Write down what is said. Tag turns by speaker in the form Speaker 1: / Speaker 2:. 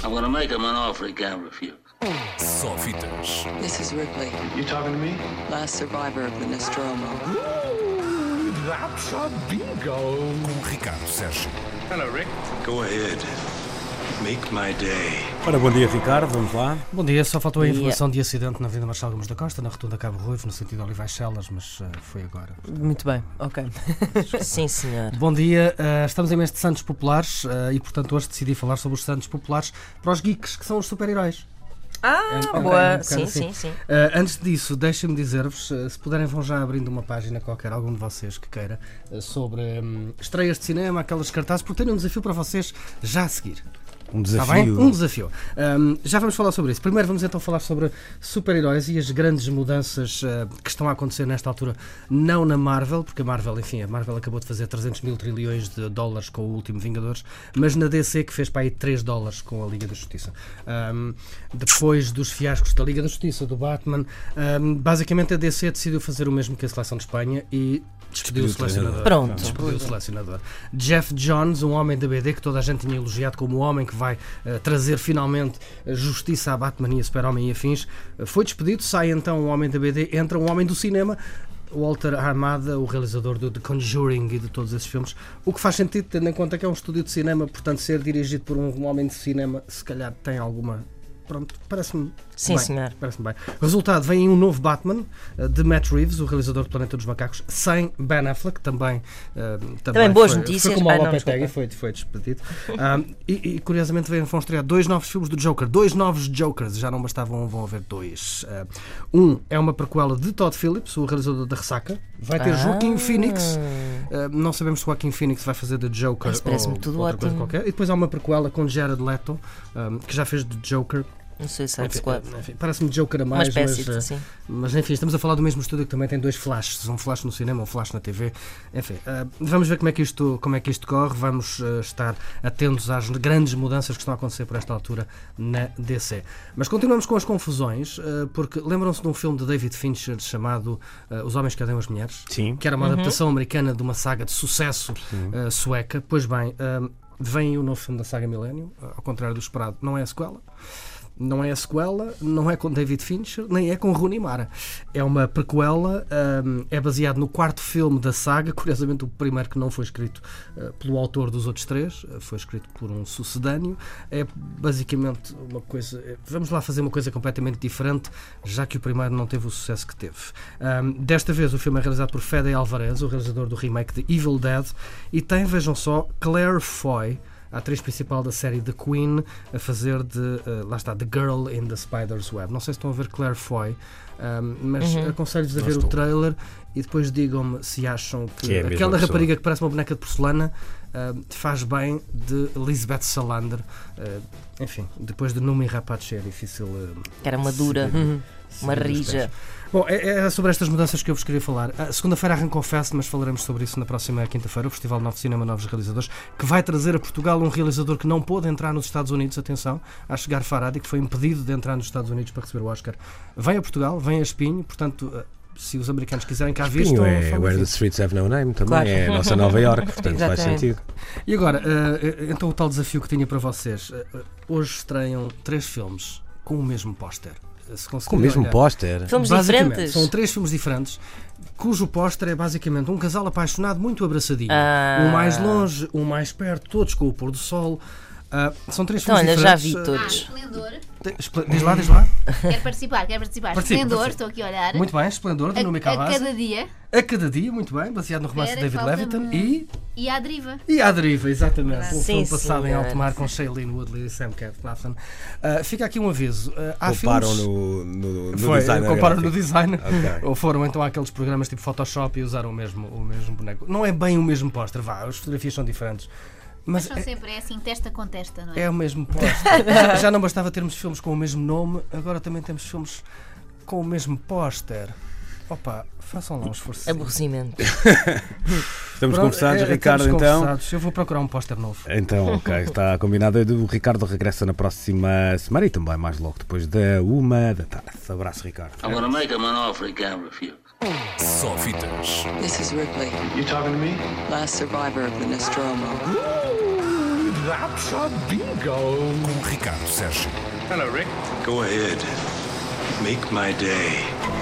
Speaker 1: I'm gonna make him an offer he can't refuse.
Speaker 2: Só fitas.
Speaker 3: This is Ripley,
Speaker 4: You talking to me?
Speaker 3: last survivor of the Nostromo.
Speaker 5: That's a bingo.
Speaker 2: Com Ricardo Sérgio.
Speaker 4: Go ahead. Make my day.
Speaker 6: Ora, bom dia, Ricardo. Vamos lá.
Speaker 7: Bom dia, só faltou a informação de acidente na Avenida Marcelo Gomes da Costa, na Rotunda Cabo Ruivo, no sentido de Olivais Celas, mas eh, foi agora.
Speaker 8: Muito bem, ok. Sim, senhor.
Speaker 7: Bom dia, eh, estamos em mês de Santos Populares eh, e, portanto, hoje decidi falar sobre os Santos Populares para os geeks, que são os super-heróis.
Speaker 8: Ah,
Speaker 7: É um
Speaker 8: boa.
Speaker 7: bocado, um
Speaker 8: sim,
Speaker 7: bocado
Speaker 8: sim,
Speaker 7: assim.
Speaker 8: sim.
Speaker 7: Eh, antes disso, deixem-me dizer-vos, eh, se puderem, vão já abrindo uma página qualquer, algum de vocês que queira, eh, sobre hum, estreias de cinema, aquelas cartazes, porque tenho um desafio para vocês já a seguir.
Speaker 6: Um
Speaker 7: Está bem?
Speaker 6: desafio.
Speaker 7: Um desafio. Ahm, já vamos falar sobre isso. Primeiro vamos então falar sobre super-heróis e as grandes mudanças ah, que estão a acontecer nesta altura, não na Marvel, porque a Marvel, enfim, a Marvel acabou de fazer 300 mil trilhões de dólares com o último Vingadores, mas na DC que fez para aí 3 dólares com a Liga da Justiça. Ahm, depois dos fiascos da Liga da Justiça, do Batman, ahm, basicamente a DC decidiu fazer o mesmo que a seleção de Espanha e
Speaker 6: Despediu
Speaker 7: despediu o
Speaker 6: o treinador.
Speaker 7: selecionador.
Speaker 8: Pronto.
Speaker 7: Despediu o selecionador. Jeff Johns, um homem da BD que toda a gente tinha elogiado como o homem que vai eh, trazer finalmente eh, justiça à Batman e a Super-Homem e afins, eh, foi despedido. Sai então um homem da BD, entra um homem do cinema. Walter Armada, o realizador do The Conjuring e de todos esses filmes, o que faz sentido tendo em conta que é um estúdio de cinema, portanto, ser dirigido por um homem de cinema, se calhar tem alguma. Pronto, parece-me.
Speaker 8: Sim,
Speaker 7: bem.
Speaker 8: senhor.
Speaker 7: Parece-me bem. Resultado, vem um novo Batman eh, de Matt Reeves, o realizador do Planeta dos Macacos, sem Ben Affleck, também. eh,
Speaker 8: Também boas
Speaker 7: foi-
Speaker 8: notícias.
Speaker 7: Foi como
Speaker 8: Ah,
Speaker 7: o
Speaker 8: não,
Speaker 7: Lopetegui, foi, foi despedido. Ah, e, e, curiosamente vêm- vão estrear dois novos filmes do Joker. Dois novos Jokers, já não bastavam, vão haver dois. Ah, um é uma prequela de Todd Phillips, o realizador da Ressaca. Vai
Speaker 8: Ah.
Speaker 7: ter Joaquim Phoenix. Ah, não sabemos se Joaquim Phoenix vai fazer de Joker
Speaker 8: Isso parece-me
Speaker 7: ou
Speaker 8: tudo
Speaker 7: outra coisa
Speaker 8: ótimo.
Speaker 7: qualquer. E depois há uma prequela com Jared Leto, ah, que já fez de Joker.
Speaker 8: Não sei se
Speaker 7: Enfim,
Speaker 8: Squad.
Speaker 7: enfim, Parece-me Joker a
Speaker 8: Uma
Speaker 7: mais,
Speaker 8: espécie
Speaker 7: mas, ah,
Speaker 8: de. Sim.
Speaker 7: mas enfim, estamos a falar do mesmo estúdio que também tem dois flashes, um flash no cinema, um flash na TV. Enfim, ah, vamos ver como é que isto, como é que isto corre. Vamos ah, estar atentos às grandes mudanças que estão a acontecer por esta altura na DC. Mas continuamos com as confusões, ah, porque lembram-se de um filme de David Fincher chamado ah, Os Homens que Odeiam as Mulheres?
Speaker 6: Sim.
Speaker 7: que era uma adaptação americana de uma saga de sucesso eh, sueca. Pois bem, ehm, vem o novo filme da saga Millennium, eh, ao contrário do esperado, não é a sequela. Não é a sequela, não é com David Fincher, nem é com Rooney Mara. É uma prequela, ehm, é baseado no quarto filme da saga, curiosamente o primeiro que não foi escrito eh, pelo autor dos outros três, eh, foi escrito por um sucedâneo. É basicamente uma coisa. eh, Vamos lá fazer uma coisa completamente diferente, já que o primeiro não teve o sucesso que teve. Ahm, desta vez o filme é realizado por Fede Alvarez, o realizador do remake de Evil Dead, e tem, vejam só, Claire Foy, a atriz principal da série The Queen, a fazer de, eh, lá está, The Girl in the Spider's Web. Não sei se estão a ver Claire Foy, ahm, mas
Speaker 8: Uhum.
Speaker 7: aconselho-vos a ver o trailer e depois digam-me se acham que,
Speaker 6: Que é a mesma
Speaker 7: aquela
Speaker 6: pessoa.
Speaker 7: rapariga que parece uma boneca de porcelana ahm, faz bem de Lisbeth Salander. Eh, enfim, depois de Numi Rapace é difícil. eh,
Speaker 8: Que era uma dura. Uma
Speaker 7: Sim,
Speaker 8: rija.
Speaker 7: Bom, é, é sobre estas mudanças que eu vos queria falar. A segunda-feira arrancou o Fest, mas falaremos sobre isso na próxima quinta-feira, o Festival Novo Cinema Novos Realizadores, que vai trazer a Portugal um realizador que não pôde entrar nos Estados Unidos, atenção, a chegar Faradi, que foi impedido de entrar nos Estados Unidos para receber o Oscar. Vem a Portugal, vem a Espinho, portanto, eh, se os americanos quiserem cá vir,
Speaker 6: Espinho
Speaker 7: estão
Speaker 6: é
Speaker 7: falam
Speaker 6: Where the
Speaker 7: disso.
Speaker 6: Streets Have No Name também,
Speaker 8: Claro.
Speaker 6: é a nossa Nova York, portanto faz
Speaker 8: Exatamente.
Speaker 6: sentido.
Speaker 7: E agora, eh, eh, então o tal desafio que tinha para vocês. Eh, eh, Hoje estreiam três filmes com o mesmo póster. Eh, se
Speaker 6: Com o
Speaker 7: conseguirem
Speaker 6: mesmo
Speaker 7: olhar-
Speaker 6: póster.
Speaker 8: Filmes
Speaker 7: Basicamente,
Speaker 8: diferentes.
Speaker 7: São três filmes diferentes, cujo póster é basicamente um casal apaixonado muito abraçadinho.
Speaker 8: Ah.
Speaker 7: Um mais longe, um mais perto, todos com o pôr do sol. Ah, são três
Speaker 8: Então, olha,
Speaker 7: filmes
Speaker 8: já vi
Speaker 7: diferentes.
Speaker 9: Ah,
Speaker 8: todos.
Speaker 9: esplendor.
Speaker 7: Ah, te- espl- Diz lá, diz lá.
Speaker 9: Quero participar, quero participar.
Speaker 7: Participa,
Speaker 9: esplendor,
Speaker 7: participa.
Speaker 9: estou aqui a olhar.
Speaker 7: Muito bem, Esplendor,
Speaker 9: a,
Speaker 7: de Numi
Speaker 9: a
Speaker 7: Cavazzi.
Speaker 9: cada dia.
Speaker 7: A cada dia, muito bem, baseado no romance de
Speaker 9: Espera,
Speaker 7: David
Speaker 9: falta-me- um.
Speaker 7: Levitan e...
Speaker 9: E à deriva.
Speaker 7: E à deriva, exatamente. Um
Speaker 8: Sim,
Speaker 7: filme passado em
Speaker 8: senhor.
Speaker 7: alto mar com Shailene Woodley e Sam Claflin. fica aqui um aviso. Ah, há
Speaker 6: Comparam
Speaker 7: filmes...
Speaker 6: no, no, no
Speaker 7: Foi,
Speaker 6: design.
Speaker 7: comparam no
Speaker 6: gráfico.
Speaker 7: design.
Speaker 6: Ok.
Speaker 7: Ou foram então àqueles programas tipo Photoshop e usaram o mesmo, o mesmo boneco. Não é bem o mesmo póster, vá, as fotografias são diferentes.
Speaker 9: Mas
Speaker 7: Mas
Speaker 9: são
Speaker 7: é,
Speaker 9: sempre é assim, testa com testa, não é?
Speaker 7: é o mesmo póster. já, já não bastava termos filmes com o mesmo nome, agora também temos filmes com o mesmo póster. Opa, façam lá um esforço.
Speaker 8: Aborrecimento.
Speaker 6: Estamos
Speaker 7: Pronto,
Speaker 6: É conversados,
Speaker 7: é, é,
Speaker 6: Ricardo,
Speaker 7: estamos
Speaker 6: então.
Speaker 7: conversados. Eu vou procurar um póster novo.
Speaker 6: Então, ok, está combinado. O Ricardo regressa na próxima semana e também mais logo depois da uma da tarde. Abraço, Ricardo.
Speaker 1: I'm gonna make him an offer he can't refuse.
Speaker 2: Só fitas.
Speaker 3: This is Ripley,
Speaker 4: You talking to me?
Speaker 3: last survivor of the Nostromo.
Speaker 10: That's a bingo.
Speaker 6: Com Ricardo Sérgio.
Speaker 11: Go ahead. Make my day.